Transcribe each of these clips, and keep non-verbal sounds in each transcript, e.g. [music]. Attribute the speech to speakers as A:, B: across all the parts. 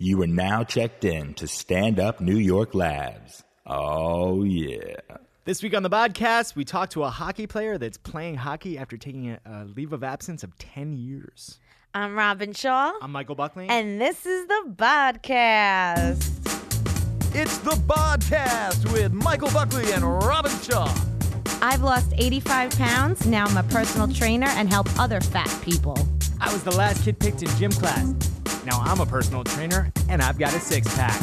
A: You are now checked in to Stand Up New York Labs. Oh, yeah.
B: This week on the podcast, we talked to a hockey player that's playing hockey after taking a, a leave of absence of 10 years.
C: I'm Robin Shaw,
B: I'm Michael Buckley.
C: and this is the podcast.
B: it's the podcast with Michael Buckley and Robin Shaw.
C: I've lost 85 pounds. Now I'm a personal trainer and help other fat people.
B: I was the last kid picked in gym class. Now I'm a personal trainer and I've got a six pack.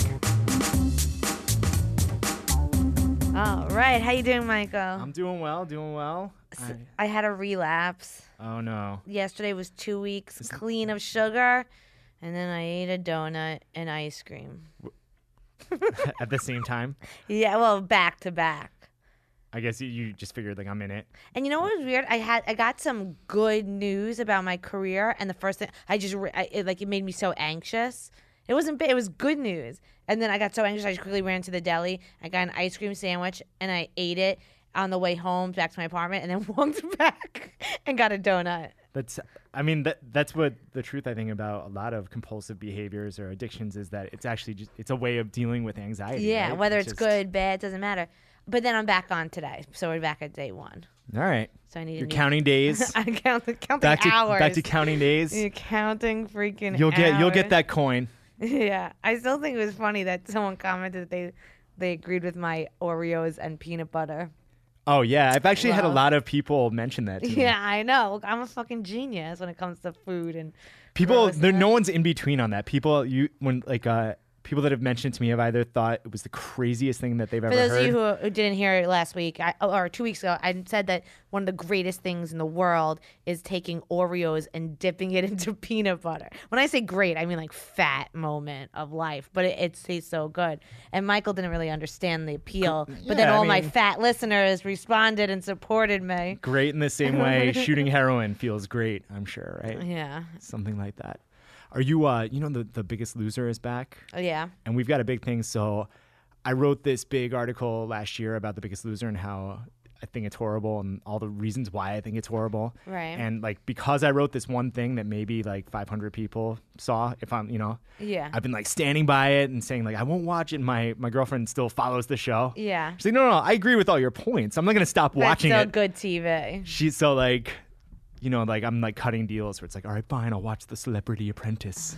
C: All right, how you doing, Michael?
B: I'm doing well, doing well. I-
C: I had a relapse.
B: oh no.
C: Yesterday was two weeks clean of sugar, and then I ate a donut and ice cream.
B: At the same time,
C: Yeah, well, back to back.
B: I guess you, you just figured like I'm in it.
C: And you know what was weird? I had I got some good news about my career, and the first thing I just re- I, it, like it made me so anxious. It wasn't bad; it was good news. And then I got so anxious, I just quickly ran to the deli. I got an ice cream sandwich, and I ate it on the way home back to my apartment, and then [laughs] walked back and got a donut.
B: That's I mean that that's what the truth I think about a lot of compulsive behaviors or addictions is that it's actually just it's a way of dealing with anxiety.
C: Yeah,
B: right?
C: whether it's
B: just-
C: good, bad, doesn't matter. But then I'm back on today, so we're back at day one.
B: All right.
C: So I need
B: You're
C: a new-
B: counting days.
C: [laughs] I count the count
B: back
C: the
B: to
C: hours.
B: back to counting days.
C: [laughs] You're counting freaking.
B: You'll get you'll
C: hours.
B: get that coin.
C: Yeah, I still think it was funny that someone commented that they they agreed with my Oreos and peanut butter.
B: Oh yeah, I've actually had a
C: Wow.
B: lot of people mention that. To me.
C: Yeah, I know. I'm a fucking genius when it comes to food and
B: People,
C: gross
B: there no
C: stuff.
B: one's in between on that. People, you when like uh people that have mentioned to me have either thought it was the craziest thing that they've
C: For
B: ever
C: those of
B: heard.
C: you who, who didn't hear it last week I, oh, or two weeks ago, I said that one of the greatest things in the world is taking Oreos and dipping it [laughs] into peanut butter. When I say great, I mean like fat moment of life, but it, it tastes so good. And Michael didn't really understand the appeal, but then
B: yeah, I
C: all my
B: mean-
C: fat listeners responded and supported me.
B: great in the same
C: [laughs]
B: way shooting heroin feels great. I'm sure, right?
C: Yeah.
B: Something like that. Are you uh you know the the Biggest Loser is back?
C: Oh, yeah.
B: and we've got a big thing. So I wrote this big article last year about The Biggest Loser and how I think it's horrible and all the reasons why I think it's horrible.
C: Right.
B: And like because I wrote this one thing that maybe like 500 people saw, if I'm, you know,
C: Yeah.
B: I've been like standing by it and saying like I won't watch it. And my my girlfriend still follows the show.
C: Yeah.
B: She's like, no, no, no I agree with all your points. I'm not gonna stop watching
C: That's so
B: it.
C: good TV.
B: She's so like. You know, like I'm like cutting deals where it's like, all right, fine, I'll watch The Celebrity
C: [laughs]
B: Apprentice.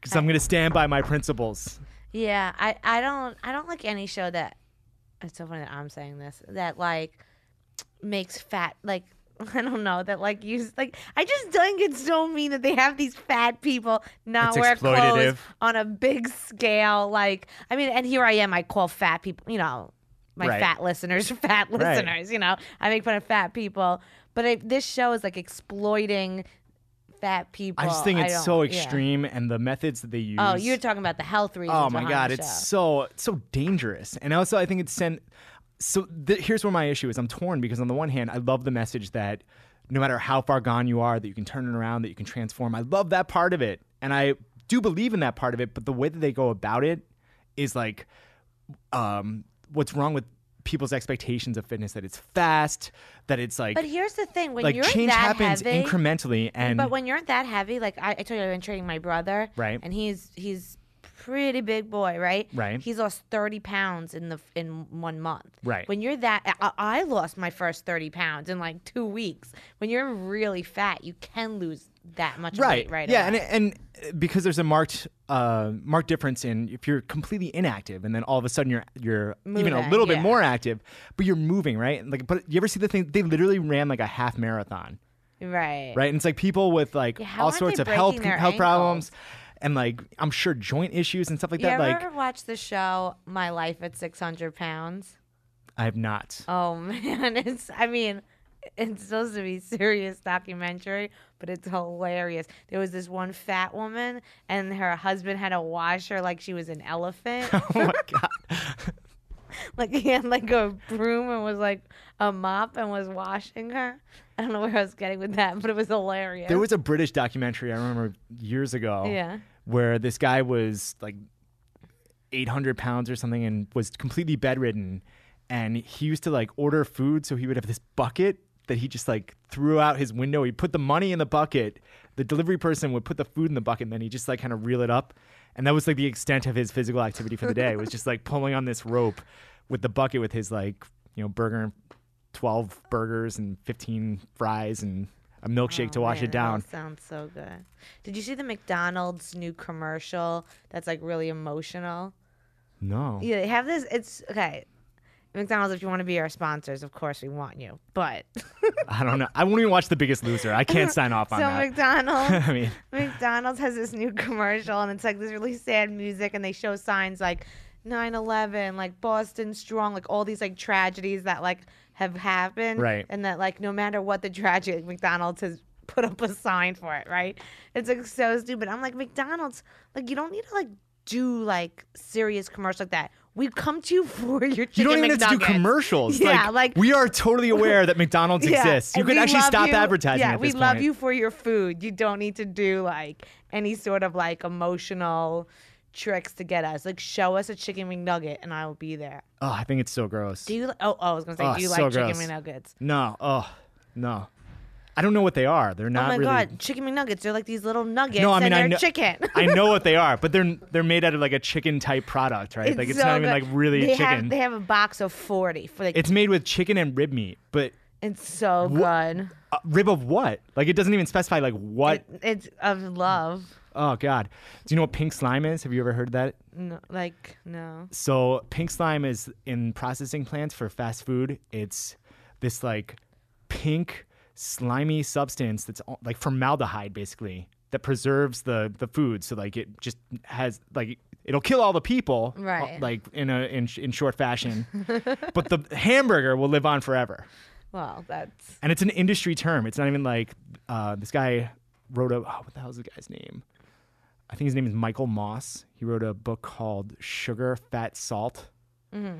B: Because I'm going to stand by my principles.
C: Yeah, I, I don't I don't like any show that it's so funny that I'm saying this that like makes fat like [laughs] I don't know that like use like I just think it's so mean that they have these fat people not
B: It's
C: wear clothes
B: exploitative.
C: on a big scale like I mean and here I am I call fat people you know my
B: Right.
C: fat listeners fat listeners you know I make fun of fat people but I, this show is like exploiting fat people
B: I just think it's
C: don't-
B: so
C: yeah.
B: extreme, and the methods that they use.
C: Oh, you're talking about the health reasons.
B: Oh my
C: behind
B: god,
C: the
B: it's
C: show.
B: so it's so dangerous, and also I think it's sent. So th- here's where my issue is. I'm torn because on the one hand, I love the message that no matter how far gone you are, that you can turn it around, that you can transform. I love that part of it, and I do believe in that part of it. But the way that they go about it is like um, what's wrong with people's expectations of fitness that it's fast, that it's like
C: But here's the thing: when
B: like
C: you're
B: change
C: that
B: happens
C: heavy,
B: incrementally, and
C: but when you're that heavy, like I, I told you, I've been training my brother,
B: Right.
C: And he's he's pretty big boy, right?
B: Right.
C: He's lost thirty pounds in the in one month,
B: Right.
C: When you're that, I, I lost my first thirty pounds in like two weeks. When you're really fat, you can lose that much weight, right?
B: yeah
C: away.
B: and and because there's a marked uh marked difference in if you're completely inactive and then all of a sudden you're you're even a
C: Moving,
B: little bit
C: yeah.
B: more active but you're moving right And, like but you ever see the thing they literally ran like a half marathon
C: right,
B: right and it's like people with like
C: Yeah, how
B: all
C: aren't
B: sorts
C: they
B: of health
C: breaking their
B: health problems and like i'm sure joint issues and stuff like
C: You
B: that
C: ever
B: like
C: watch the show My Life at Six Hundred Pounds?
B: i have not
C: Oh [laughs] man, it's I mean, it's supposed to be serious documentary, but it's hilarious. There was this one fat woman and her husband had to wash her like she was
B: [laughs]
C: an elephant.
B: [laughs] oh my god
C: like he had like a broom and was like a mop and was washing her. I don't know where I was getting with that, but it was hilarious.
B: There was a British documentary I remember years ago.
C: [laughs] Yeah.
B: Where this guy was like 800 pounds or something and was completely bedridden. And he used to like order food. So he would have this bucket that he just like threw out his window. He put the money in the bucket. The delivery person would put the food in the bucket, and then he just like kind of reel it up. And that was like the extent of his physical activity for the day. was just like pulling on this rope with the bucket with his like you know burger, and twelve burgers and fifteen fries and a milkshake to
C: Oh,
B: wash
C: man,
B: it down.
C: That sounds so good. Did you see the McDonald's new commercial that's like really emotional?
B: No.
C: Yeah, they have this. It's okay. McDonald's, if you want to be our sponsors, of course we want you. But [laughs]
B: I don't know. I won't even watch The Biggest Loser. I can't sign off
C: so
B: on that. [laughs]
C: McDonald's,
B: I mean,
C: McDonald's has this new commercial, and it's like this really sad music, and they show signs like 9/11, like Boston Strong, like all these like tragedies that like have happened,
B: Right.
C: And that like no matter what the tragedy, McDonald's has put up a sign for it, right? It's like so stupid. I'm like McDonald's, like you don't need to like do like serious commercials like that. We come to you for your chicken
B: you don't even have to do
C: McNuggets.
B: commercials.
C: Yeah, like-
B: we are totally aware that
C: [laughs]
B: McDonald's exists. You
C: and
B: could
C: we
B: actually
C: love
B: stop
C: you-
B: advertising
C: Yeah,
B: at
C: we
B: this
C: love
B: point.
C: you for your food. You don't need to do like any sort of like emotional tricks to get us. Like show us a chicken McNugget and I will be there.
B: Oh, I think it's so gross.
C: Do you? Li- oh, oh, I was gonna say,
B: Oh,
C: do you
B: so
C: like chicken
B: gross.
C: McNuggets?
B: no. Oh, no. I don't know what they are. They're
C: Oh
B: not
C: my
B: really.
C: god, chicken McNuggets! They're like these little nuggets,
B: No, I mean
C: and
B: I
C: they're
B: know
C: chicken.
B: I know what they
C: [laughs]
B: are, but they're they're made out of like a chicken type product, right? like [laughs] it's
C: so
B: not even
C: good.
B: like really
C: they
B: a chicken.
C: Have, they have a box of forty for like. It's,
B: it's made with chicken and rib meat, but
C: so good.
B: uh, rib of what? Like it doesn't even specify like what.
C: It- it's of love.
B: oh God. Do you know what pink slime is? Have you ever heard that?
C: No, like no.
B: So pink slime is in processing plants for fast food. It's this like pink slimy substance that's al- like formaldehyde basically that preserves the the food. So like it just has like it'll kill all the people uh,
C: Right.
B: like in a in, sh- in short fashion. [laughs] but the hamburger will live on forever.
C: Well, that's
B: And it's an industry term. It's not even like uh, this guy wrote a oh, what the hell is the guy's name? I think his name is Michael Moss. He wrote a book called Sugar, Fat, Salt.
C: Mm-hmm.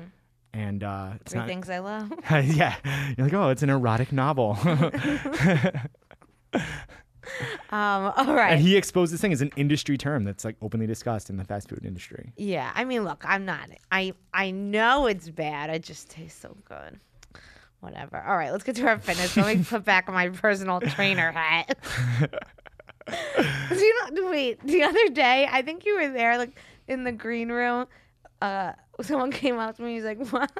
B: And uh, it's
C: three
B: not,
C: things I love.
B: [laughs] yeah, you're like, oh, it's an erotic
C: [laughs]
B: novel. [laughs]
C: Um, all right.
B: and he exposed this thing as an industry term that's like openly discussed in the fast food industry.
C: Yeah, I mean, look, I'm not. I I know it's bad. It just tastes so good. Whatever. All right, let's get to our fitness. Let me put back my personal trainer hat. [laughs] do you know? Wait, the other day, I think you were there, like in the green room. Uh, someone came up to me. He's like, "What?"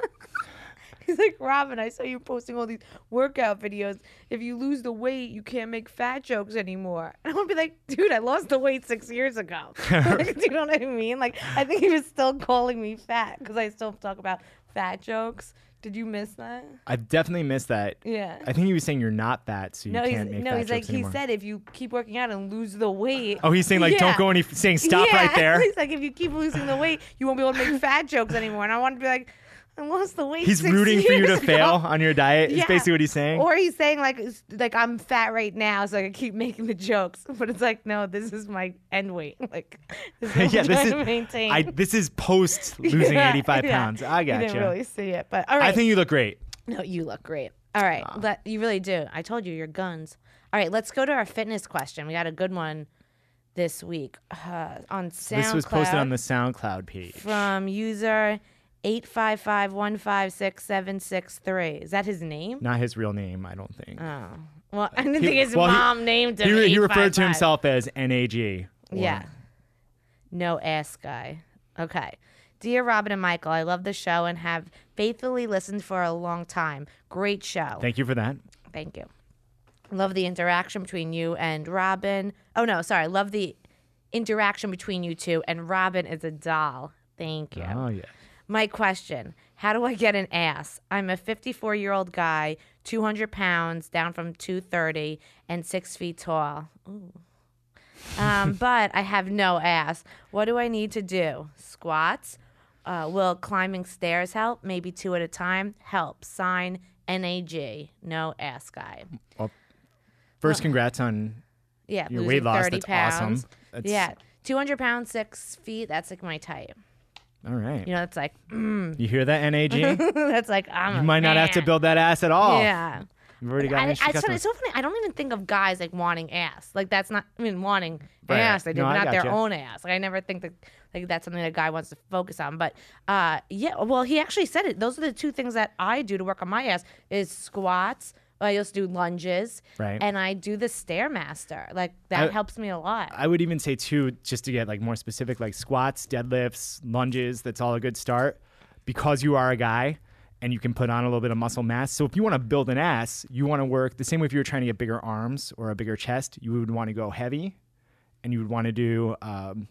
C: He's like, "Robin, I saw you posting all these workout videos. If you lose the weight, you can't make fat jokes anymore." [laughs] And I would be like, "Dude, I lost the weight six years ago." [laughs] like, do you know what I mean? Like, I think he was still calling me fat because I still talk about fat jokes. Did you miss that?
B: I've definitely missed that.
C: Yeah.
B: I think he was saying you're not fat, so you
C: no, he's
B: can't make
C: no,
B: fat
C: he's like
B: jokes anymore.
C: he said, if you keep working out and lose the weight. [laughs]
B: oh, he's saying like,
C: Yeah.
B: don't go any, saying stop
C: Yeah.
B: right there.
C: [laughs] He's like, if you keep losing the weight, you won't be able to make fat jokes anymore. And I want to be like, I lost the weight.
B: He's
C: six [laughs]
B: rooting for you to
C: years ago.
B: fail on your diet. Is
C: Yeah.
B: basically what he's saying.
C: Or he's saying like, it's- like I'm fat right now, so I can keep making the jokes. [laughs] But it's like, no, this is my end weight. [laughs] Like, this is
B: [laughs]
C: what [laughs]
B: yeah,
C: I'm
B: this
C: trying
B: is
C: to maintain.
B: I this is post losing
C: [laughs] Yeah,
B: 85
C: yeah.
B: pounds. I
C: You
B: got
C: didn't
B: you.
C: really see it, but all right.
B: I think you look great.
C: No, you look great. All right, let, you really do. I told you, your guns. All right, let's go to our fitness question. We got a good one this week uh, on SoundCloud
B: This was posted on the SoundCloud page.
C: from user eight five five one five six seven six three. Is that his name?
B: Not his real name, I don't think.
C: Oh, well, [laughs] I didn't
B: He-
C: think his
B: well, he-
C: mom named him.
B: he, he referred to
C: 855.
B: himself as NAG. or-
C: Yeah. No ass guy. Okay. Dear Robin and Michael, I love the show and have faithfully listened for a long time. Great show.
B: Thank you for that.
C: Thank you. Love the interaction between you and Robin. Oh no, sorry. Love the interaction between you two and Robin is a doll. Thank you.
B: Oh yeah.
C: My question How do I get an ass? I'm a 54 year old guy, 200 pounds, down from 230, and six feet tall. Ooh.
B: [laughs]
C: Um, but I have no ass. What do I need to do? Squats? Uh, will climbing stairs help? Maybe two at a time? Help. Sign NAG. No ass guy.
B: First, congrats on
C: Yeah,
B: your
C: losing
B: weight loss.
C: 30
B: That's
C: pounds.
B: awesome. That's,
C: Yeah, 200 pounds, six feet. That's like my type.
B: All right.
C: You know, that's like, [laughs]
B: You hear that, NAG? you
C: that's like, I'm a
B: might not have to
C: man.
B: build that ass at all.
C: Yeah.
B: You've already got
C: I,
B: an
C: I,
B: extra
C: it's
B: customer.
C: funny- it's so funny. I don't even think of guys like wanting ass. Like that's not. I mean, wanting
B: Right.
C: ass. They do
B: No, I
C: not their
B: gotcha.
C: own ass. Like I never think that like that's something that a guy wants to focus on. But uh, yeah. Well, he actually said it. Those are the two things that I do to work on my ass: is squats I used to do lunges,
B: Right.
C: and I do the stairmaster. Like that
B: I-
C: helps me a lot.
B: I would even say too, just to get like more specific, like squats, deadlifts, lunges. That's all a good start because you are a guy and you can put on a little bit of muscle mass. So if you want to build an ass, you want to work the same way. If you were trying to get bigger arms or a bigger chest, you would want to go heavy, and you would want to do um,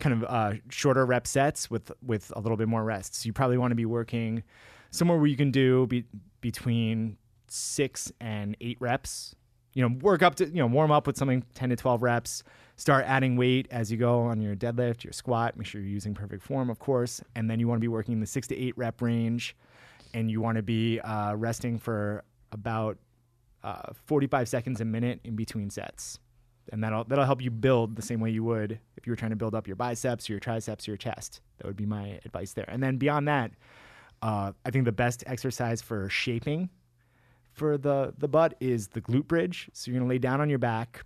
B: kind of uh, shorter rep sets with with a little bit more rest. So you probably want to be working somewhere where you can do be, between six and eight reps. You know, work up to you know warm up with something ten to twelve reps. Start adding weight as you go on your deadlift, your squat. Make sure you're using perfect form, of course, and then you want to be working in the six to eight rep range, and you want to be uh, resting for about uh, 45 seconds a minute in between sets. And that'll that'll help you build the same way you would if you were trying to build up your biceps, your triceps, your chest. That would be my advice there. And then beyond that, uh, I think the best exercise for shaping for the the butt is the glute bridge. So you're gonna lay down on your back.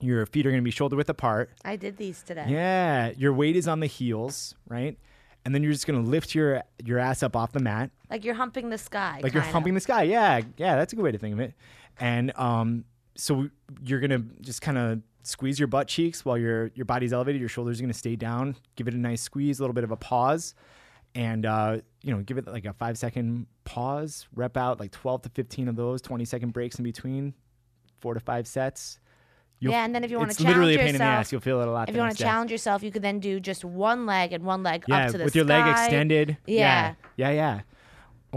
B: Your feet are gonna be shoulder width apart.
C: I, did these today.
B: Yeah, your weight is on the heels, right? And then you're just gonna lift your your ass up off the mat
C: Like you're humping the sky.
B: like you're
C: kinda.
B: humping the sky. Yeah, yeah, that's a good way to think of it. And um, so you're gonna just kind of squeeze your butt cheeks while your your body's elevated. Your shoulders are gonna stay down. Give it a nice squeeze, a little bit of a pause, and uh, you know, give it like a five second pause. Rep out like twelve to fifteen of those, twenty second breaks in between, four to five sets. You'll-
C: Yeah, and then if you wanna
B: it's literally a
C: challenge
B: pain in the
C: yourself-
B: ass. You'll feel it a lot.
C: If
B: the
C: you want
B: next
C: to
B: day.
C: challenge yourself, you could then do just one leg and one leg
B: yeah,
C: up to the
B: with your leg
C: sky.
B: extended.
C: Yeah.
B: yeah, yeah, yeah.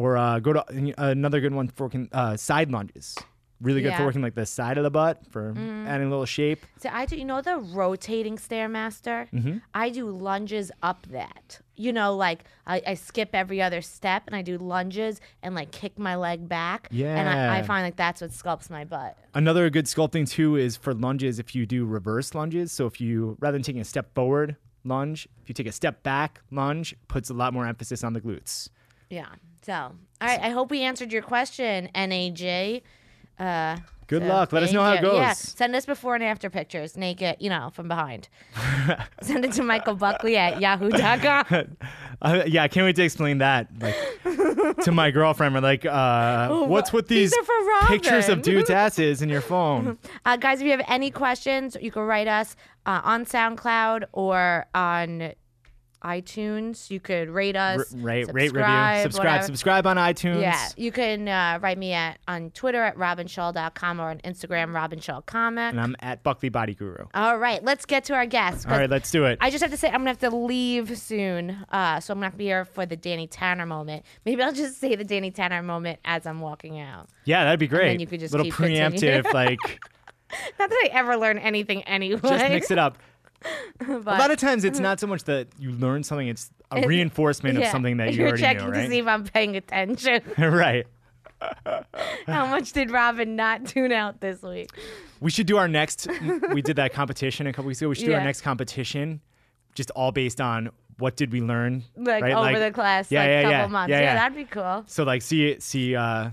B: Or uh, go to another good one for working uh, side lunges. Really good for
C: Yeah. Mm-hmm.
B: working like the side of the butt for adding a little shape.
C: So I do. You know the rotating stairmaster.
B: Mm-hmm.
C: I do lunges up that. You know, like I, I skip every other step and I do lunges and like kick my leg back. And I, I
B: Yeah.
C: find like that's what sculpts my butt.
B: Another good sculpting too is for lunges. If you do reverse lunges, so if you rather than taking a step forward lunge, if you take a step back lunge, puts a lot more emphasis on the glutes.
C: Yeah. So all right. I hope we answered your question, Naj. Uh,
B: Good
C: so
B: luck. Let us know how
C: thank
B: it
C: you.
B: goes.
C: Yeah. Send us before and after pictures, naked, you know, from behind.
B: [laughs]
C: Send it to Michael Buckley at yahoo.com.
B: Uh, yeah, I can't wait to explain that like, to
C: [laughs]
B: my girlfriend. We're like, uh, what's with
C: Oh, these
B: these,
C: are for
B: pictures
C: [laughs]
B: of
C: Robin.
B: dudes' asses in your phone?
C: Uh, guys, if you have any questions, you can write us uh, on SoundCloud or on iTunes. You could rate
B: R-
C: us,
B: rate,
C: subscribe,
B: rate, review, subscribe,
C: whatever.
B: subscribe on iTunes.
C: Yeah, you can uh, write me at on Twitter at robinshaw.com or on Instagram robinshaw.com.
B: And I'm at Buckley Body Guru.
C: All right, let's get to our guest. 'cause
B: All right, let's do it.
C: Uh, I just have to say I'm gonna have to leave soon, uh, so I'm not gonna be here for the Danny Tanner moment. Maybe I'll just say the Danny Tanner moment as I'm walking out.
B: yeah, that'd be great.
C: you could just
B: little
C: keep continuing. [laughs]
B: preemptive, like
C: Not that I ever learn anything anyway.
B: just mix it up.
C: but-
B: a lot of times, it's not so much that you learn something; it's a reinforcement of
C: Yeah.
B: something
C: [laughs]
B: that you
C: You're
B: already
C: checking
B: knew,
C: to
B: right?
C: see if I'm paying attention.
B: [laughs] right.
C: How much did Robin not tune out this week?
B: We should do our next. we did that competition a couple weeks ago. We should do
C: Yeah.
B: our next competition, just all based on what did we learn,
C: Like
B: right?
C: over the class,
B: yeah,
C: like
B: yeah,
C: couple
B: yeah,
C: months.
B: yeah, yeah.
C: that'd be cool.
B: So like, see, see, uh,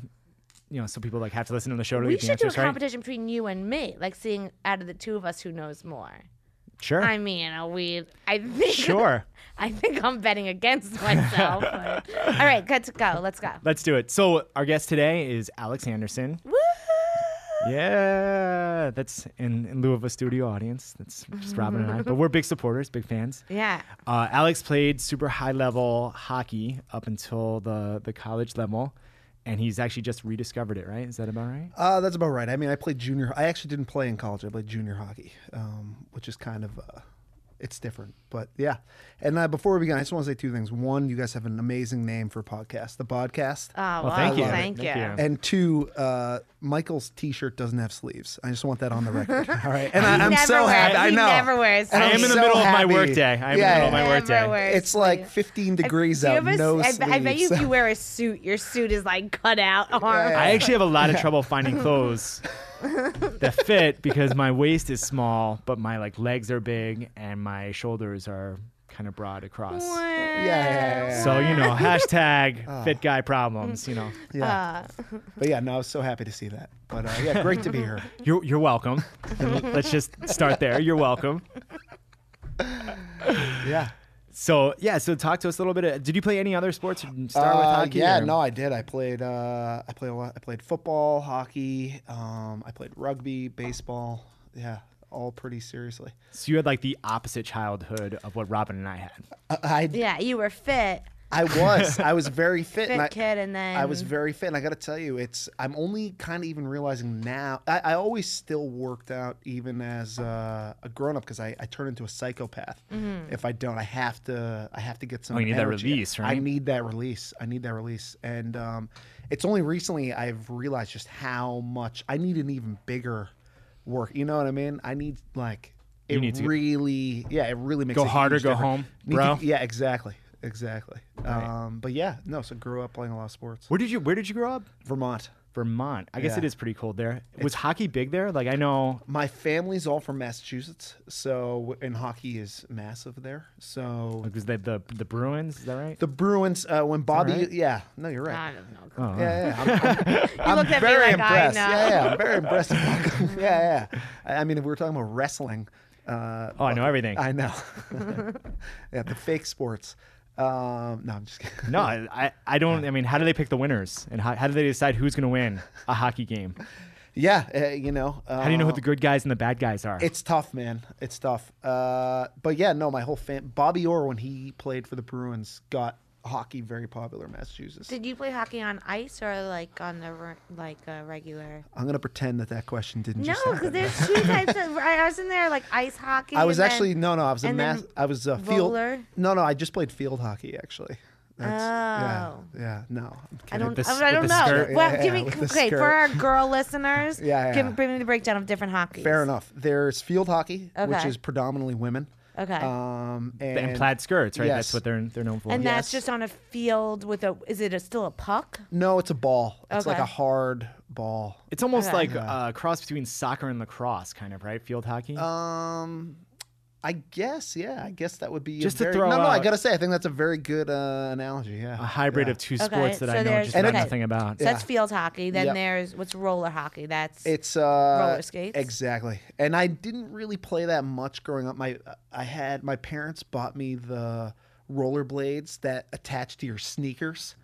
B: you know, so people like have to listen to the show to
C: We
B: get the
C: should do a
B: answers right.
C: competition between you and me, like seeing out of the two of us who knows more.
B: Sure,
C: I mean, are we? I think.
B: sure.
C: [laughs] I think I'm betting against myself. but- All right, good to go. Let's go.
B: [laughs] Let's do it. So our guest today is Alex Anderson.
C: Woo!
B: Yeah, that's in, in lieu of a studio audience. That's just Robin and I, but we're big supporters, big fans.
C: Yeah.
B: Uh, Alex played super high level hockey up until the the college level, and he's actually just rediscovered it. Right? Is that about right?
D: Uh, that's about right. I mean, I played junior. I actually didn't play in college. I played junior hockey, um, which is kind of uh, it's different, but yeah. And uh, before we begin, I just want to say two things. One, you guys have an amazing name for a podcast, the podcast.
C: Oh, well,
B: thank you.
C: Thank,
B: Thank
C: you.
B: you.
D: and two, uh, Michael's T-shirt doesn't have sleeves. I just want that on the
C: [laughs]
D: record. All right, and I,
C: He
D: I'm
C: never
D: so
C: wears-
D: happy. I
C: he
D: know.
C: never wears
D: And
B: I am in
D: I'm
B: the
D: so
B: middle of my
D: happy.
B: workkday. I am in
D: Yeah.
B: the middle of my
C: Never
B: workday.
C: wears
D: It's like
C: sleeves.
D: 15 degrees out.
C: Uh, Do you have a
D: no
C: s- I, bet- I bet you
D: sleeves.
C: if you wear a suit, your suit is like cut out arms.
B: I actually have a lot of trouble finding clothes that fit because my waist is small, but my like legs are big and my shoulders are kind of broad across.
D: [laughs] yeah, yeah, yeah,
B: So you know, hashtag fit guy problems. You know,
D: yeah.
C: uh,
D: But yeah, no, I was so happy to see that. But uh, yeah, great to
C: [laughs]
D: be here.
B: you're you're welcome. And let's just start there. You're welcome.
D: Yeah.
B: So yeah, so talk to us a little bit. Did you play any other sports? Start with
D: Uh,
B: hockey.
D: Yeah,
B: or-
D: no, I did. I played. Uh, I played a lot. I played football, hockey. Um, I played rugby, baseball. Yeah, all pretty seriously.
B: So you had like the opposite childhood of what Robin and I had.
D: I [laughs] I,
C: Yeah, you were fit,
D: I was I was very fit.
C: fit
D: and I,
C: kid, and then
D: I was very fit, and I got to tell you, it's. I'm only kind of even realizing now. I, I always still worked out even as uh, a grown up because I, I turn into a psychopath if I don't. I have to. I have to get some.
B: Oh, you need that
D: energy.
B: release,
D: I
B: right?
D: need that release. I need that release, and um, it's only recently I've realized just how much I need an even bigger work. You know what I mean? I need like. It
B: need to-
D: really, yeah, it really makes
B: Go
D: a huge
B: harder, go
D: difference.
B: home,
D: Need to-
B: bro.
D: yeah, exactly, exactly. Um, but yeah, no. So grew up playing a lot of sports.
B: Where did you Where did you grow up?
D: Vermont.
B: Vermont. I guess
D: Yeah.
B: it is pretty cold there. Was hockey big there? Like I know.
D: My family's all from Massachusetts, so and hockey is massive there. So
B: Like, was that Oh, the the Bruins? Is that right?
D: the Bruins, uh, when Bobby,
B: right.
D: yeah, no, you're
C: I
D: right.
C: don't know.
D: Yeah, yeah, I'm-
C: [laughs]
D: I'm,
B: Oh.
C: you looked at
D: very
C: me like
D: impressed.
C: I know.
D: Yeah, yeah, I'm very
C: [laughs]
D: impressed. yeah, yeah. I, I mean, if we were talking about wrestling, uh,
B: Oh, I know everything.
C: [laughs]
D: I know. [laughs] yeah, the fake sports. Um, no, I'm just kidding. [laughs]
B: no, I, I- I don't. I mean, how do they pick the winners, and how, how do they decide who's going to win a hockey game?
D: Yeah, uh, you know. Uh,
B: How do you know who the good guys and the bad guys are?
D: It's tough, man. It's tough. Uh, but yeah, no, my whole fam. Bobby Orr, when he played for the Bruins, got hockey very popular in Massachusetts.
C: Did you play hockey on ice or like on the re- like uh, regular?
D: I'm gonna pretend that that question didn't.
C: No,
D: just
C: because
D: happen.
C: there's two
B: [laughs]
C: types of. I was in there like ice hockey.
D: I was
C: and then-
D: actually no, no. I was a
C: and
D: mass.
C: then
D: I was a field.
C: roller?
D: No, no. I just played field hockey actually. That's,
C: Oh.
D: Yeah, yeah. No. I'm
C: I
D: kidding.
C: don't.
B: the s-
C: I don't
B: with the
C: know.
B: skirt.
C: well,
D: Yeah,
C: give me
D: yeah, with the
C: okay for
D: skirt.
C: our girl listeners.
D: [laughs] Yeah,
C: Give,
D: yeah.
C: bring me the breakdown of different hockey.
D: Fair enough. There's field hockey, which
C: Okay.
D: is predominantly women.
C: Okay.
D: Um, and,
B: and plaid skirts, right? That's
D: yes.
B: what they're they're known for.
C: And that's
D: Yes.
C: just on a field with a. Is it a, still a puck?
D: No, it's a ball. It's like
C: Okay.
D: a hard ball.
B: it's almost
C: Okay.
B: like a cross between soccer and lacrosse, kind of, right? Field hockey.
D: Um, I guess, yeah. I guess that would be a
B: Just to
D: very-
B: throw
D: No, no. I
B: out-
D: gotta say, I think that's a very good uh, analogy. Yeah,
B: a hybrid of two
C: Okay,
B: sports that
C: so
B: I know
C: there's-
B: just
C: And
B: about
C: it-
B: nothing about.
C: So that's field hockey. Then
D: Yep.
C: there's what's roller hockey. That's
D: It's uh,
C: Roller skates?
D: Exactly. And I didn't really play that much growing up. My I had my parents bought me the rollerblades that attach to your sneakers.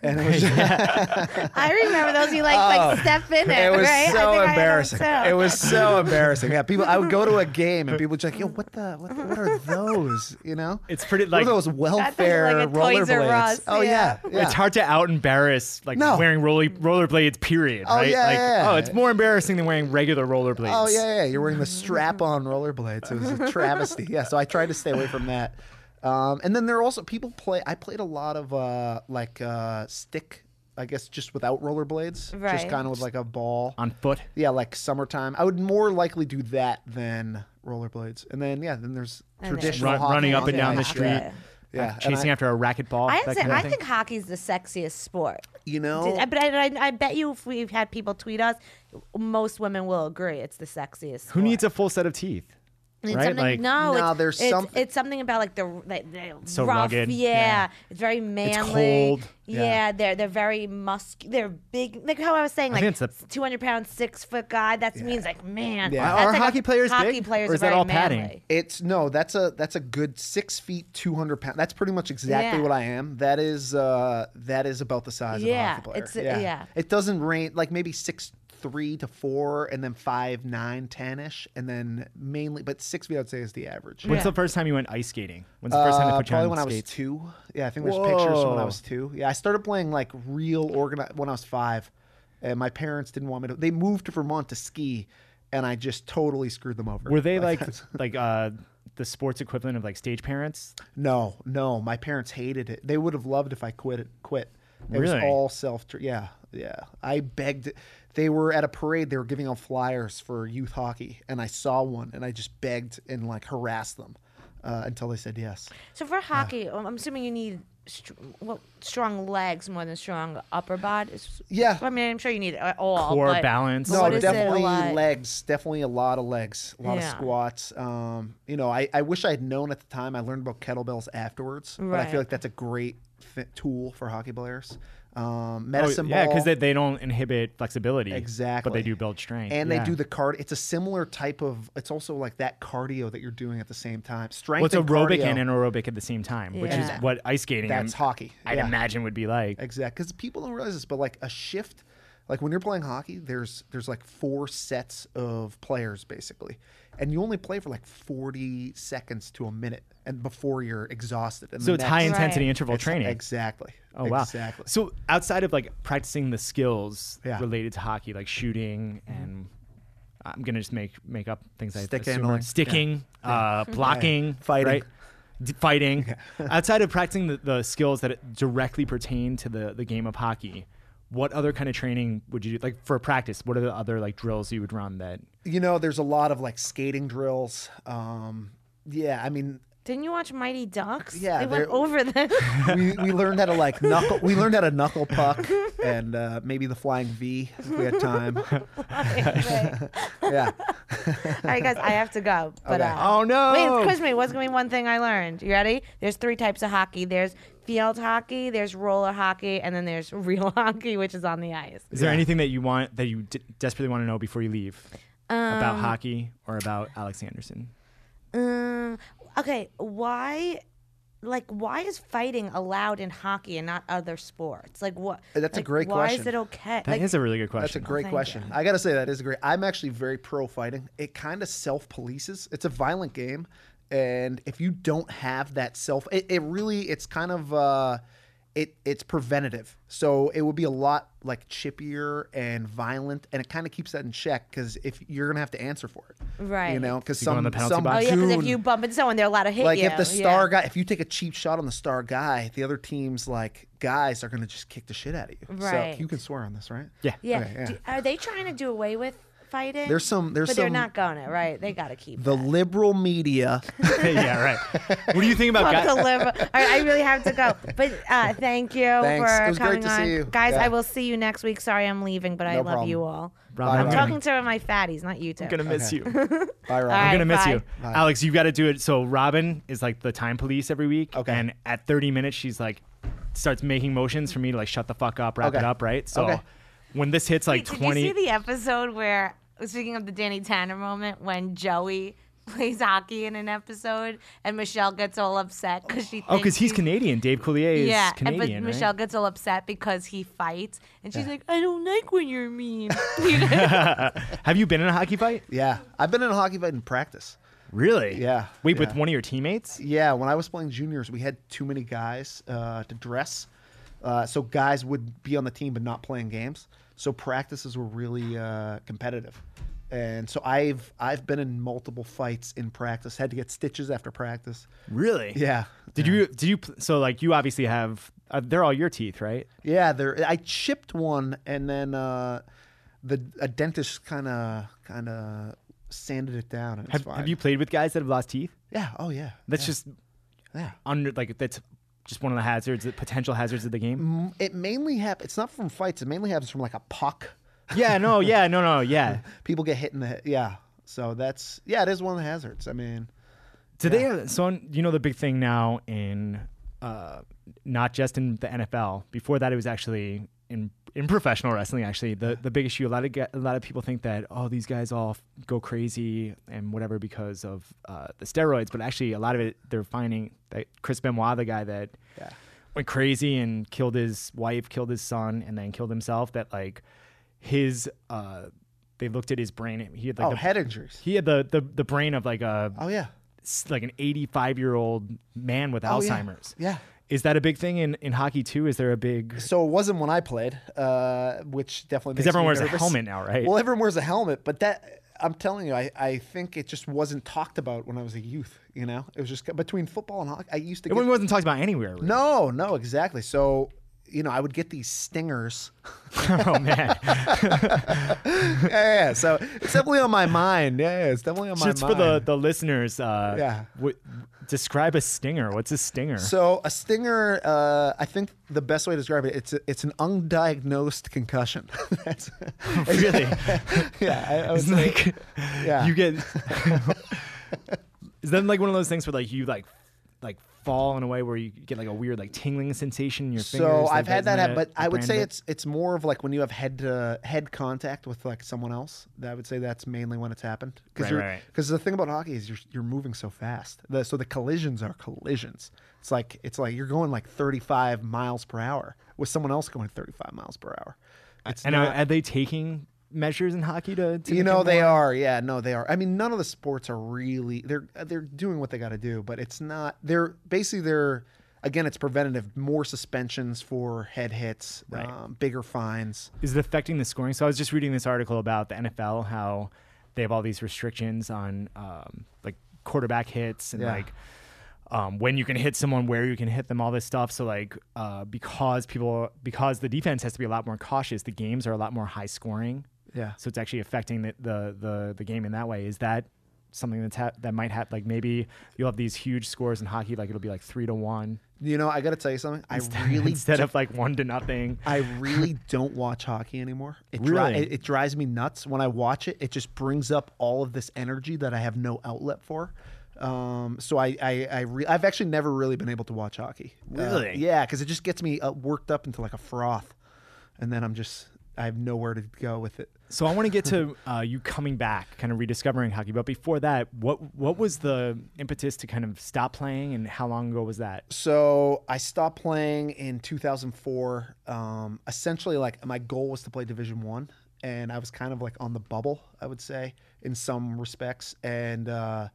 D: And
B: [laughs]
D: it was,
C: I remember those. You like like step in it,
D: [laughs] Oh. it was
C: right? I
D: so
C: think I had them
D: embarrassing.
C: too.
D: It was
B: [laughs]
D: so embarrassing. Yeah, people. I would go to a game and people would be like, "Yo, what the? What,
C: [laughs]
D: what are those? You know?
B: It's pretty
D: what are
B: like-
D: those welfare
C: like a Toys R Us,
D: rollerblades? Oh yeah, yeah.
B: It's hard to out embarrass like
D: No.
B: wearing roller rollerblades. Period.
D: Oh,
B: right?
D: yeah,
B: like,
D: yeah, yeah.
B: Oh, it's more embarrassing than wearing regular rollerblades.
D: Oh yeah, yeah. You're wearing the strap-on rollerblades. It was a travesty. yeah, so I tried to stay away from that. Um, and then there are also people play. I played a lot of uh, like uh, stick, I guess, just without rollerblades, just
C: Right.
D: kind of with like a ball.
B: On foot.
D: yeah, like summertime. I would more likely do that than rollerblades. And then yeah, then there's
C: And then-
D: traditional
B: Run-
D: hockey.
B: running up and
D: Yeah,
B: down the
D: yeah,
B: street.
D: Yeah, yeah. And
B: Chasing
D: I-
B: after a racquetball.
C: I,
B: that
C: say,
B: kind of
C: I
B: thing.
C: think hockey's the sexiest sport.
D: you
C: Did-
D: know,
C: I, but I, I, I bet you if we've had people tweet us, most women will agree it's the sexiest.
B: Who needs a full set of teeth?
C: It's
B: right?
C: something-
B: Like-
C: no,
D: No,
C: it's,
D: there's
C: it's,
D: some-
C: It's something about like the, like, the
B: So
C: rough,
B: rugged.
C: Yeah,
B: Yeah.
C: it's very manly.
B: cold.
C: Yeah,
D: Yeah.
C: they're they're very muscular. They're big. Like how I was saying, like
B: think it's a-
C: two hundred pound, six foot guy. That means like man.
D: Yeah.
B: Are
C: that's like a-
B: hockey players
C: hockey
B: big,
C: players
B: or
C: are
B: is that
C: very
B: all padding?
C: manly.
D: It's no, that's a that's a good six feet, two hundred pounds. That's pretty much exactly
C: Yeah.
D: what I am. That is uh that is about the size
C: Yeah,
D: of a hockey player.
C: it's- yeah.
D: It doesn't range like maybe six three to four and then five, nine, ten ish, and then mainly but six feet I'd say is the average.
B: When's
C: Yeah.
B: the first time you went ice skating? When's the first time
D: Uh,
B: they put you
D: probably
B: on
D: when I was
B: skates?
D: two. Yeah, I think there's pictures from when I
B: Whoa.
D: was two. Yeah, I started playing like real organized when I was five, and my parents didn't want me to. They moved to Vermont to ski, and I just totally screwed them over.
B: Were
D: [laughs]
B: they like like uh, the sports equivalent of like stage parents?
D: No, no, my parents hated it. They would have loved if I quit it. Quit. It was
B: Really?
D: all self. Yeah, yeah. I begged. They were at a parade. They were giving out flyers for youth hockey, and I saw one, and I just begged and like harassed them uh, until they said yes.
C: So
B: Ah.
C: for hockey, um, I'm assuming you need str- well, strong legs more than strong upper body. It's-
D: Yeah.
C: I mean, I'm sure you need it all.
B: Core
C: but-
B: balance.
C: but
B: No,
C: what is it, a
D: definitely
C: lot?
D: legs. Definitely a lot of legs. A lot
C: Yeah.
D: of squats. Um, you know, I, I wish I had known at the time. I learned about kettlebells afterwards, but I
C: Right.
D: feel like that's a great fit tool for hockey players. um,
B: Oh,
D: medicine
B: yeah,
D: ball.
B: because they, they don't inhibit flexibility.
D: Exactly.
B: But they do build strength.
D: And
B: yeah.
D: they do the card. It's a similar type of. It's also like that cardio that you're doing at the same time. Strength.
B: Well, it's
D: and
B: aerobic and
D: cardio,
B: anaerobic at the same time, which
C: Yeah.
B: is what ice skating.
D: that's
B: I'm-
D: hockey.
B: I'd
D: Yeah.
B: imagine would be like.
D: Exactly, because people don't realize this, but like a shift, like when you're playing hockey, there's there's like four sets of players basically, and you only play for like 40 seconds to a minute, and before you're exhausted. And
B: So
D: the
B: it's
D: next-
B: high intensity
C: Right.
B: interval
D: it's-
B: training.
D: Exactly.
B: Oh wow!
D: Exactly.
B: So outside of like practicing the skills
D: Yeah.
B: related to hockey, like shooting and I'm gonna just make make up things. I
D: Stick
B: assume are-
D: handling.
B: sticking, uh, blocking,
D: [laughs] Fighting.
B: right? D- fighting. [laughs] outside of practicing the, the skills that directly pertain to the the game of hockey, what other kind of training would you do? Like for practice, what are the other like drills you would run that?
D: you know, there's a lot of like skating drills. Um, yeah, I mean,
C: Didn't you watch Mighty Ducks?
D: Yeah,
C: they went
D: they're-
C: over [laughs] them.
D: we, we learned how to like knuckle. We learned how to knuckle puck and uh, maybe the flying V if we had time.
C: All
D: Yeah.
C: right, guys, I have to go. But
D: Okay.
C: uh,
B: Oh no!
C: Wait, it's quiz me. What's gonna be one thing I learned? You ready? There's three types of hockey. There's field hockey, there's roller hockey, and then there's [laughs] real hockey, which is on the ice.
B: Is there anything that you want that you d- desperately want to know before you leave
D: Um,
B: about hockey or about Alex Anderson?
C: Um. Okay. Why, like, why is fighting allowed in hockey and not other sports? Like, what?
D: That's a
C: like,
D: great
C: why
D: question.
C: is it okay?
B: That is
C: like,
B: a really good question.
D: That's a great
C: thank
D: question.
C: you.
D: I gotta say that is a great. I'm actually very pro fighting. It kind of self polices. It's a violent game, and if you don't have that self, it, it really it's kind of uh, it it's preventative. So it would be a lot like chippier and violent, and it kind of keeps that in check because if you're gonna have to answer for it, You
C: Right.
D: know, because
B: You go in
D: some
B: the penalty
D: some
B: box.
C: oh yeah, because if
D: goon-
C: you bump into someone, they're allowed to hit
D: like
C: you.
D: if the
C: yeah.
D: star guy, if you take a cheap shot on the star guy, the other team's like guys are gonna just kick the shit out of you.
C: Right.
D: So you can swear on this, right?
B: Yeah.
C: Yeah.
D: Okay, yeah.
C: Do- are they trying to do away with fighting?
D: There's some. There's
C: but
D: some.
C: they're not gonna, right? They gotta keep
D: the
C: that. [laughs]
D: liberal media.
B: [laughs] yeah, right. What do you think about
C: Fuck
B: guys?
C: the liberal. All right, I really have to go. But uh, thank you
D: Thanks.
C: for
D: It was great
C: coming
D: to
C: on.
D: see you.
C: Guys,
D: Yeah.
C: I will see you next week. Sorry I'm leaving, but I
D: No
C: love you
D: problem.
C: all.
B: Rob,
D: I'm
C: I'm
B: I'm
C: talking to my fatties, not you two.
B: gonna miss you.
D: [laughs] Bye, Rob.
B: I'm
C: All
B: gonna
C: right,
B: miss
C: bye.
B: you, Alex. You've got to do it. So Robin is like the time police every week,
D: Okay.
B: and at 30 minutes, she's like starts making motions for me to like shut the fuck up, wrap it
D: Okay.
B: up, right? So
D: Okay.
B: when this hits like
C: Wait, did
B: 20,
C: you see the episode where speaking of the Danny Tanner moment when Joey [laughs] plays hockey in an episode and Michelle gets all upset because she
B: oh,
C: because
B: because he's Canadian. Dave Coulier is
C: yeah, and-
B: Canadian, right?
C: but Michelle gets all upset because he fights, and she's like, "I don't like when you're
B: [laughs]
C: mean." You know?
B: Have you been in a hockey fight?
D: Yeah, I've been in a hockey fight in practice.
B: Really?
D: Yeah,
B: Wait, with
D: yeah.
B: one of your teammates?
D: Yeah, when I was playing juniors, we had too many guys uh, to dress, uh, so guys would be on the team but not playing games. So practices were really uh, competitive, and so I've I've been in multiple fights in practice. Had to get stitches after practice.
B: Really?
D: Yeah,
B: Did you? Did you? pl- So like you obviously have. Uh, they're all your teeth, right?
D: Yeah, there. I chipped one, and then uh, the a dentist kind of kind of sanded it down, and it's
B: Have,
D: fine.
B: have you played with guys that have lost teeth?
D: Yeah. Oh yeah.
B: That's just
D: Yeah.
B: under like that's just one of the hazards, the potential hazards of the game.
D: M- It mainly happens. It's not from fights. It mainly happens from like a puck. [laughs]
B: yeah, no, yeah, no, no, yeah.
D: People get hit in the head. Yeah. So that's yeah. It is one of the hazards. I mean,
B: Do they have so on- you know the big thing now in uh, not just in the NFL. Before that, it was actually in in professional wrestling. Actually, the the big issue a lot of ga- a lot of people think that oh these guys all f- go crazy and whatever because of uh, the steroids, but actually a lot of it they're finding that Chris Benoit, the guy that
D: Yeah.
B: went crazy and killed his wife, killed his son, and then killed himself. That like his uh, they looked at his brain. He had like
D: oh,
B: the,
D: head injuries.
B: he had the, the the brain of like a
D: Oh yeah.
B: s- like an 85 year old man with
D: Oh, yeah.
B: Alzheimer's.
D: Yeah.
B: Is that a big thing in, in hockey too? Is there a big.
D: So it wasn't when I played, uh, which definitely
B: Because
D: makes me
B: everyone wears a
D: nervous.
B: helmet now, right?
D: Well, everyone wears a helmet, but that I'm telling you, I, I think it just wasn't talked about when I was a youth. You know, it was just between football and hockey. I used to.
B: it
D: Get,
B: wasn't talked about anywhere. Really.
D: no, no, exactly. So you know, I would get these stingers.
B: [laughs]
D: [laughs]
B: oh, man.
D: yeah, yeah, So it's definitely on my mind. Yeah, yeah, it's definitely on my
B: Just for
D: mind.
B: the, the listeners, uh,
D: Yeah.
B: what- describe a stinger. What's a stinger?
D: so [laughs] a stinger, uh, I think the best way to describe it, it's a, it's an undiagnosed concussion. [laughs] That's,
B: [laughs]
D: [laughs]
B: really?
D: yeah, I, I would
B: It's
D: say-
B: like [laughs]
D: yeah.
B: you get. Is that like one of those things where like you like like fall in a way where you get like a weird like tingling sensation in your fingers?
D: So
B: Like,
D: I've had
B: isn't
D: that, but
B: a- a
D: I would
B: brand
D: say
B: of it?
D: it's it's more of like when you have head to head contact with like someone else. That I would say that's mainly when it's happened
B: Right,
D: because you're
B: right, right.
D: because the thing about hockey is you're you're moving so fast. The, so the collisions are collisions. It's like it's like you're going like 35 miles per hour with someone else going 35 miles per hour. It's
B: And
D: not-
B: are, are they taking measures in hockey to? to
D: you
B: make it
D: know they
B: more-
D: are yeah no they are i mean none of the sports are really they're uh, they're doing what they got to do but it's not they're basically they're again it's preventative more suspensions for head hits um, bigger fines
B: Is it affecting the scoring? So I was just reading this article about the NFL how they have all these restrictions on um, like quarterback hits and
D: Yeah.
B: like um, when you can hit someone, where you can hit them, all this stuff. So like uh, because people because the defense has to be a lot more cautious, the games are a lot more high scoring.
D: yeah
B: So it's actually affecting the the the, the game in that way. Is that something that's ha- that might happen? Like maybe you'll have these huge scores in hockey, like it'll be like three to one
D: you know i gotta tell you something i
B: [laughs]
D: really
B: instead of like one to nothing.
D: I
B: [laughs]
D: really don't watch hockey anymore. It, dri-
B: Really?
D: it, it drives me nuts. When I watch it, it just brings up all of this energy that I have no outlet for. Um, so I, I, I re- I've actually never really been able to watch hockey. Uh,
B: Really?
D: yeah, because it just gets me uh, worked up into like a froth, and then I'm just I have nowhere to go with it.
B: So I want to get to uh, you coming back, kind of rediscovering hockey. But before that, what what was the impetus to kind of stop playing, and how long ago was that?
D: So I stopped playing in 2004. Um, essentially, like my goal was to play Division One, and I was kind of like on the bubble, I would say, in some respects. And uh,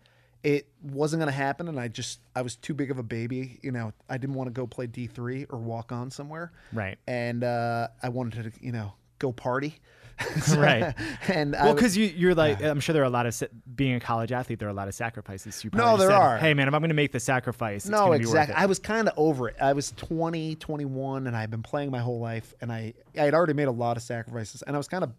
D: it wasn't going to happen. And I just I was too big of a baby. You know, I didn't want to go play D3 or walk on somewhere.
B: Right.
D: And uh, I wanted to, you know, go party. [laughs] So-
B: Right.
D: And I
B: Well,
D: w-
B: because you, you're like, I'm sure there are a lot of sa- being a college athlete. There are a lot of sacrifices. You
D: No,
B: probably just
D: there
B: said,
D: are.
B: Hey, man, if I'm going to make the sacrifice, it's
D: No,
B: gonna be worth
D: exactly.
B: it."
D: I was kind of over it. I was 20, 21, and I've been playing my whole life, and I I had already made a lot of sacrifices, and I was kind of,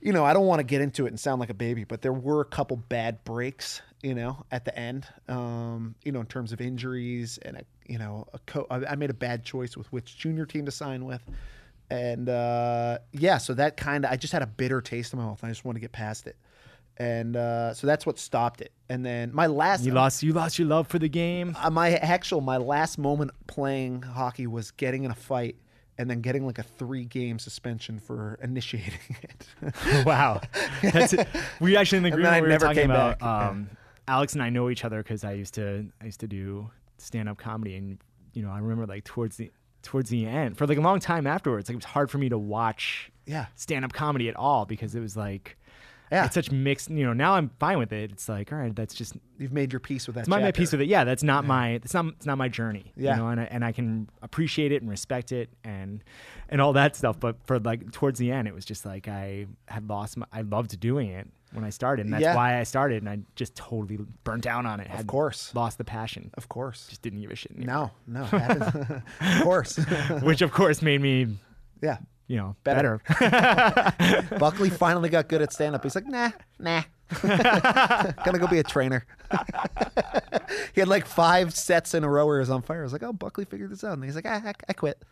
D: you know, I don't want to get into it and sound like a baby, but there were a couple bad breaks, you know, at the end, um, you know, in terms of injuries, and a, you know, a co- I, I made a bad choice with which junior team to sign with. And uh, yeah, so that kind of I just had a bitter taste in my mouth. And I just wanted to get past it, and uh, so that's what stopped it. And then my last
B: You lost. You lost your love for the game.
D: uh, my actual my last moment playing hockey was getting in a fight and then getting like a three game suspension for initiating [laughs] it.
B: [laughs] wow, that's it. we actually in the
D: And
B: green
D: then [laughs] I
B: room we were
D: never
B: talking
D: came
B: about.
D: back.
B: Um, Alex and I know each other because I used to I used to do stand up comedy, and you know I remember like towards the towards the end for like a long time afterwards, like it was hard for me to watch
D: Yeah.
B: stand up comedy at all because it was like.
D: Yeah.
B: It's such mixed, you know. Now I'm fine with it. It's like, all right, that's just
D: You've made your peace with that.
B: it's my, my
D: chapter.
B: piece with it. Yeah, that's not my it's not it's not my journey.
D: Yeah.
B: You know, and I, and I can appreciate it and respect it and and all that stuff. But for like towards the end, it was just like I had lost my I loved doing it when I started, and that's
D: Yeah.
B: why I started, and I just totally burnt down on it. Of
D: course.
B: lost the passion.
D: Of course.
B: Just didn't give a shit. anymore.
D: [laughs] No, no.
B: [laughs]
D: that is- of course. [laughs]
B: Which of course made me
D: yeah.
B: you know
D: Better.
B: better.
D: Buckley finally got good at stand up. He's like, nah, nah. [laughs] Gonna go be a trainer. [laughs] he had like five sets in a row where he was on fire. I was like, oh, Buckley figured this out. And he's like, ah, I, I quit.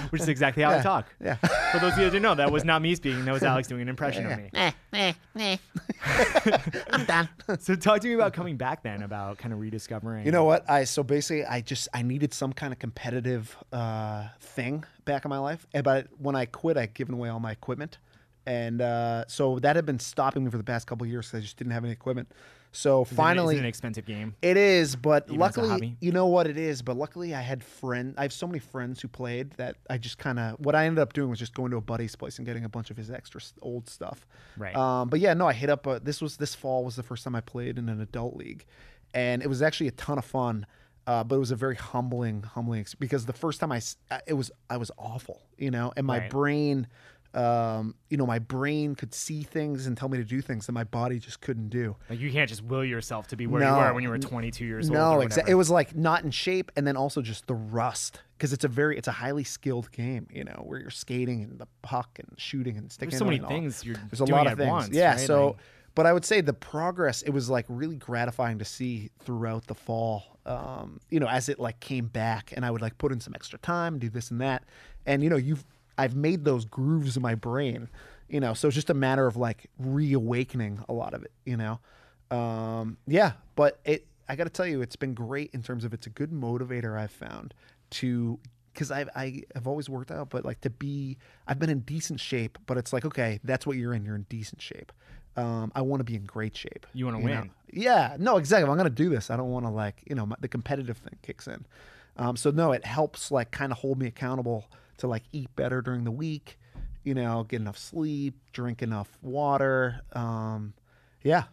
B: [laughs] Which is exactly how I talk.
D: Yeah.
B: For those of you that didn't know,
D: [laughs]
B: that was not me speaking. That was Alex doing an impression of me.
E: Meh, meh, meh.
B: [laughs]
E: I'm done.
B: So talk to me about coming back then, about kind of rediscovering.
D: You know what? I so basically, I just I needed some kind of competitive uh, thing back in my life. And but when I quit, I'd given away all my equipment, and uh, so that had been stopping me for the past couple of years because I just didn't have any equipment. So finally,
B: it's an expensive game.
D: it is, but
B: as a
D: luckily,
B: hobby?
D: you know what it is. But luckily, I had friend. I have so many friends who played that I just kind of what I ended up doing was just going to a buddy's place and getting a bunch of his extra s- old stuff.
B: Right.
D: Um, but yeah, no, I hit up. uh this was this fall was the first time I played in an adult league, and it was actually a ton of fun. Uh, but it was a very humbling, humbling ex- because the first time I, s- I- it was I was awful, you know, and my
B: Right.
D: brain, um, you know, my brain could see things and tell me to do things that my body just couldn't do.
B: Like you can't just will yourself to be where
D: No.
B: you were when you were 22 years old.
D: No,
B: or
D: exactly. It was like not in shape, and then also just the rust because it's a very, it's a highly skilled game, you know, where you're skating and the puck and shooting and sticking.
B: There's so
D: it
B: many
D: and all.
B: things you're
D: There's a
B: doing
D: lot
B: at
D: of things.
B: once,
D: yeah.
B: right?
D: So,
B: Like-
D: but I would say the progress. It was like really gratifying to see throughout the fall. Um, you know, as it like came back, and I would like put in some extra time, do this and that, and you know, you've I've made those grooves in my brain. You know, so it's just a matter of like reawakening a lot of it. You know, um, yeah, but it I got to tell you, it's been great in terms of it's a good motivator I've found to because I I have always worked out, but like to be I've been in decent shape, but it's like okay, that's what you're in. You're in decent shape. Um, I want to be in great shape.
B: You wanna
D: know?
B: win.
D: Yeah, no, exactly. If I'm gonna do this. I don't want to like you know my, the competitive thing kicks in. Um, so no, it helps like kind of hold me accountable to like eat better during the week, you know, get enough sleep, drink enough water. Um, yeah,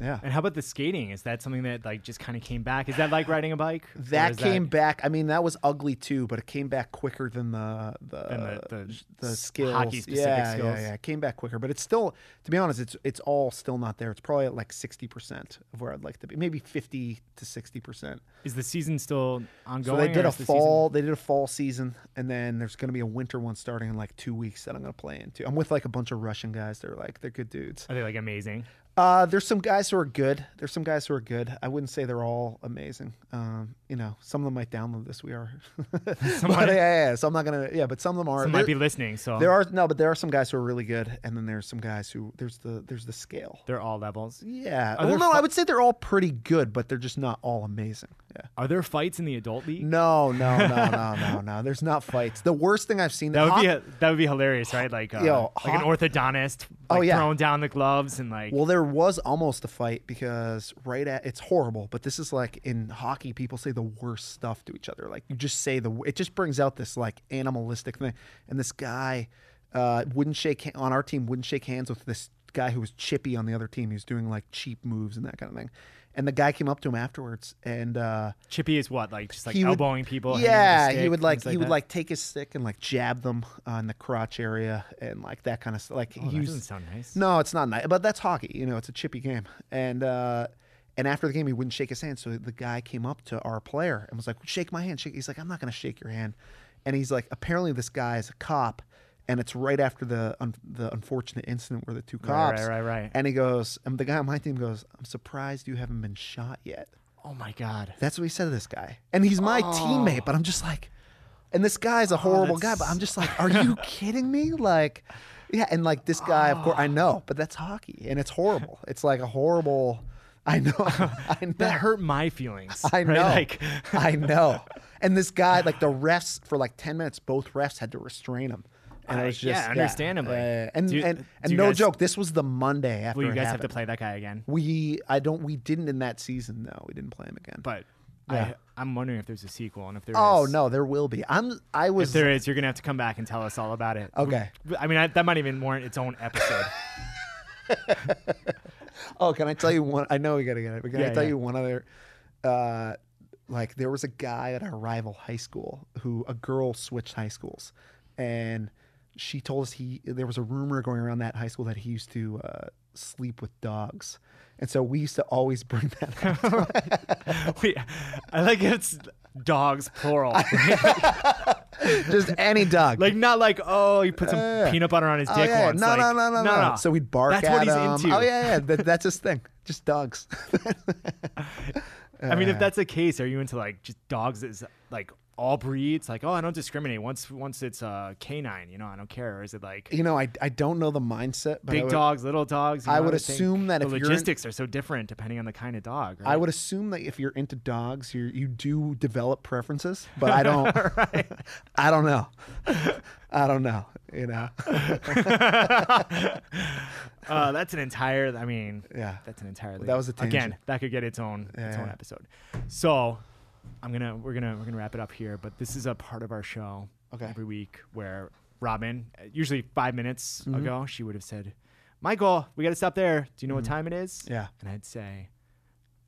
D: yeah.
B: And how about the skating? Is that something that like just kind of came back? Is that like riding a bike? Or
D: That
B: is
D: came back. I mean, that was ugly too, but it came back quicker than the the
B: Than the- the
D: uh, the
B: s-
D: skills.
B: hockey-specific
D: yeah,
B: skills.
D: yeah, yeah. It came back quicker, but it's still, to be honest, it's it's all still not there. It's probably at like sixty percent of where I'd like to be, maybe fifty to sixty percent.
B: Is the season still
D: So
B: ongoing?
D: they did
B: or
D: a
B: is the season-
D: fall. They did a fall season, and then there's going to be a winter one starting in like two weeks that I'm going to play into. I'm with like a bunch of Russian guys. They're like they're good dudes.
B: Are they like amazing?
D: Uh, there's some guys who are good. There's some guys who are good. I wouldn't say they're all amazing. Um, you know, some of them might download this. We are. [laughs] but, yeah, yeah, yeah. So I'm not gonna. Yeah, but some of them are.
B: Some
D: there,
B: might be listening. So
D: there are no, but there are some guys who are really good, and then there's some guys who there's the there's the scale.
B: They're all levels.
D: Yeah.
B: Are
D: well,
B: there
D: no,
B: fu-
D: I would say they're all pretty good, but they're just not all amazing.
B: [laughs]
D: Yeah.
B: Are there fights in the adult league?
D: No, no, no, no, no, no. There's not fights. The worst thing I've seen.
B: That would
D: Hock-
B: be a, that would be hilarious, right? Like uh,
D: Yo,
B: like an
D: hot-
B: orthodontist,
D: Oh,
B: like
D: yeah.
B: throwing down the gloves and like
D: Well, there was almost a fight because right at it's horrible, but this is like in hockey, people say the worst stuff to each other. Like you just say the it just brings out this like animalistic thing. And this guy uh, wouldn't shake ha- on our team wouldn't shake hands with this guy who was chippy on the other team. He was doing like cheap moves and that kind of thing. And the guy came up to him afterwards and uh,
B: Chippy is what like just like
D: he would-
B: elbowing people. hitting them with a
D: Yeah, he
B: stick,
D: would like
B: things
D: he would
B: that.
D: like take his stick and like jab them on the crotch area and like that kind of stuff. Like
B: Oh, that
D: use-
B: doesn't sound nice.
D: no, it's not nice, but that's hockey. You know, it's a chippy game. And uh, and after the game, he wouldn't shake his hand. So the guy came up to our player and was like, "Shake my hand." Shake. He's like, "I'm not gonna shake your hand." And he's like, "Apparently, this guy is a cop." And it's right after the un- the unfortunate incident where the two
B: Right,
D: cops.
B: right, right, right.
D: And he goes, and the guy on my team goes, "I'm surprised you haven't been shot yet."
B: Oh my
D: [laughs]
B: god.
D: That's what he said to this guy. And he's my teammate, but I'm just like, and this guy's a horrible guy,
B: Oh, that's-
D: but I'm just
B: [laughs]
D: like, are you kidding me? Like, yeah, and like this guy, of course, I
B: Oh.
D: know, but that's hockey, and it's horrible. It's like a horrible. I know, [laughs] I know,
B: That hurt my feelings.
D: I
B: right?
D: know,
B: Like
D: [laughs] I know. And this guy, like the refs, for like ten minutes, both refs had to restrain him, and it
B: I-
D: was just
B: yeah, understandably.
D: yeah. and
B: Do you-
D: and, and
B: do you
D: no
B: guys-
D: joke, this was the Monday after.
B: will you
D: it
B: guys have to
D: happened.
B: play that guy again?
D: We, I don't, we didn't in that season. No, we didn't play him again.
B: But
D: Yeah.
B: I I'm wondering if there's a sequel and if there is
D: Oh no, there will be. I'm. I
B: If
D: was.
B: there is, you're gonna have to come back and tell us all about it.
D: Okay.
B: I mean, I, that might even warrant its own episode.
D: Oh, can I tell you one? I know we gotta get it. But can I
B: Yeah,
D: tell
B: yeah.
D: you one other? Uh, like there was a guy at our rival high school who a girl switched high schools, and she told us he there was a rumor going around that high school that he used to uh, sleep with dogs, and so we used to always [laughs] bring that
B: [laughs]
D: up.
B: Wait, I like it's dogs
D: [laughs]
B: plural.
D: just any dog.
B: Like not like oh he put some
D: Yeah.
B: peanut butter on his dick
D: oh, yeah.
B: once.
D: No,
B: like,
D: no, no, no, no, So we'd bark
B: That's
D: at
B: what he's
D: him.
B: into.
D: Oh yeah, yeah. That, that's his thing. Just dogs. [laughs]
B: I mean, if that's the case, are you into like just dogs as like all breeds? Like oh, I don't discriminate. Once once it's uh, canine, you know, I don't care. Or is it like
D: you know, I, I don't know the mindset, but I
B: big
D: would-
B: dogs, little dogs? You
D: I
B: know,
D: would
B: think
D: assume that
B: the
D: if you're in-
B: logistics are so different depending on the kind of dog. Right?
D: I would assume that if you're into dogs, you you do develop preferences, but I don't. [laughs] I don't know. I don't know. You know.
B: Uh, that's an entire. I mean,
D: Yeah.
B: that's an entire.
D: that was a tangent.
B: again. That could get its own its own
D: Yeah.
B: episode. So, I'm gonna we're gonna we're gonna wrap it up here. But this is a part of our show
D: Okay.
B: every week where Robin, uh, usually five minutes
D: Mm-hmm.
B: ago, she would have said, "Michael, we got to stop there. Do you know what time it is?"
D: Mm-hmm. Yeah.
B: and I'd say,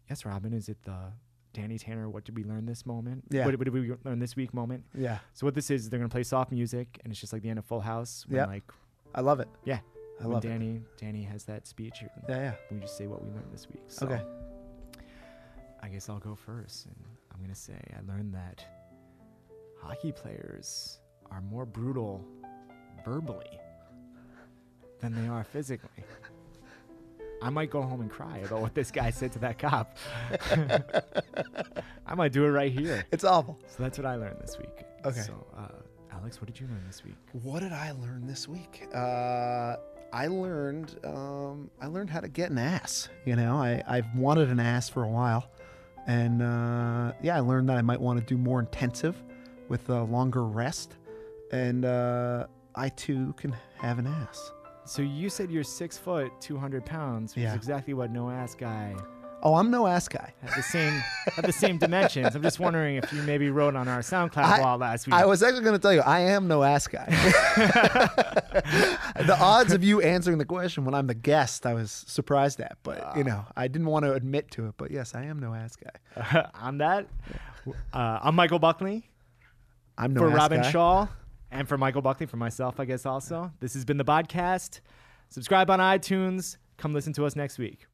B: "Yes, Robin. Is it the Danny Tanner? What did we learn this moment?
D: Yeah.
B: What, what did we learn this week moment?"
D: Yeah.
B: So what this is, they're gonna play soft music, and it's just like the end of Full House. when,
D: Yep.
B: Like,
D: I love it.
B: yeah.
D: I
B: when
D: love it.
B: Danny. Danny has that speech. or-
D: Yeah. Yeah.
B: we just say what we learned this week. So
D: Okay.
B: I guess I'll go first, and I'm gonna say I learned that hockey players are more brutal verbally than they are physically. I might go home and cry about what this guy said to that cop. [laughs] I might do it right here.
D: It's awful.
B: So that's what I learned this week.
D: Okay.
B: So, uh, Alex, what did you learn this week?
D: What did I learn this week? Uh, I learned um, I learned how to get an ass. You know, I I've wanted an ass for a while, And uh, yeah, I learned that I might want to do more intensive with a longer rest. And uh, I too can have an ass.
B: So you said you're six foot, two hundred pounds, which
D: Yeah.
B: is exactly what no ass guy
D: Oh, I'm no ass guy.
B: at the same at the same dimensions. I'm just wondering if you maybe wrote on our SoundCloud
D: I-
B: wall last week.
D: I
B: [laughs]
D: was actually going to tell you, I am no ass guy. [laughs] the odds of you answering the question when I'm the guest, I was surprised at. But,
B: Ah.
D: you know, I didn't want to admit to it. But yes, I am no ass guy.
B: I'm that. Uh, I'm Michael Buckley
D: I'm no
B: for
D: ass
B: Robin
D: guy.
B: Shaw and for Michael Buckley for myself, I guess also. This has been the podcast. Subscribe on iTunes. Come listen to us next week.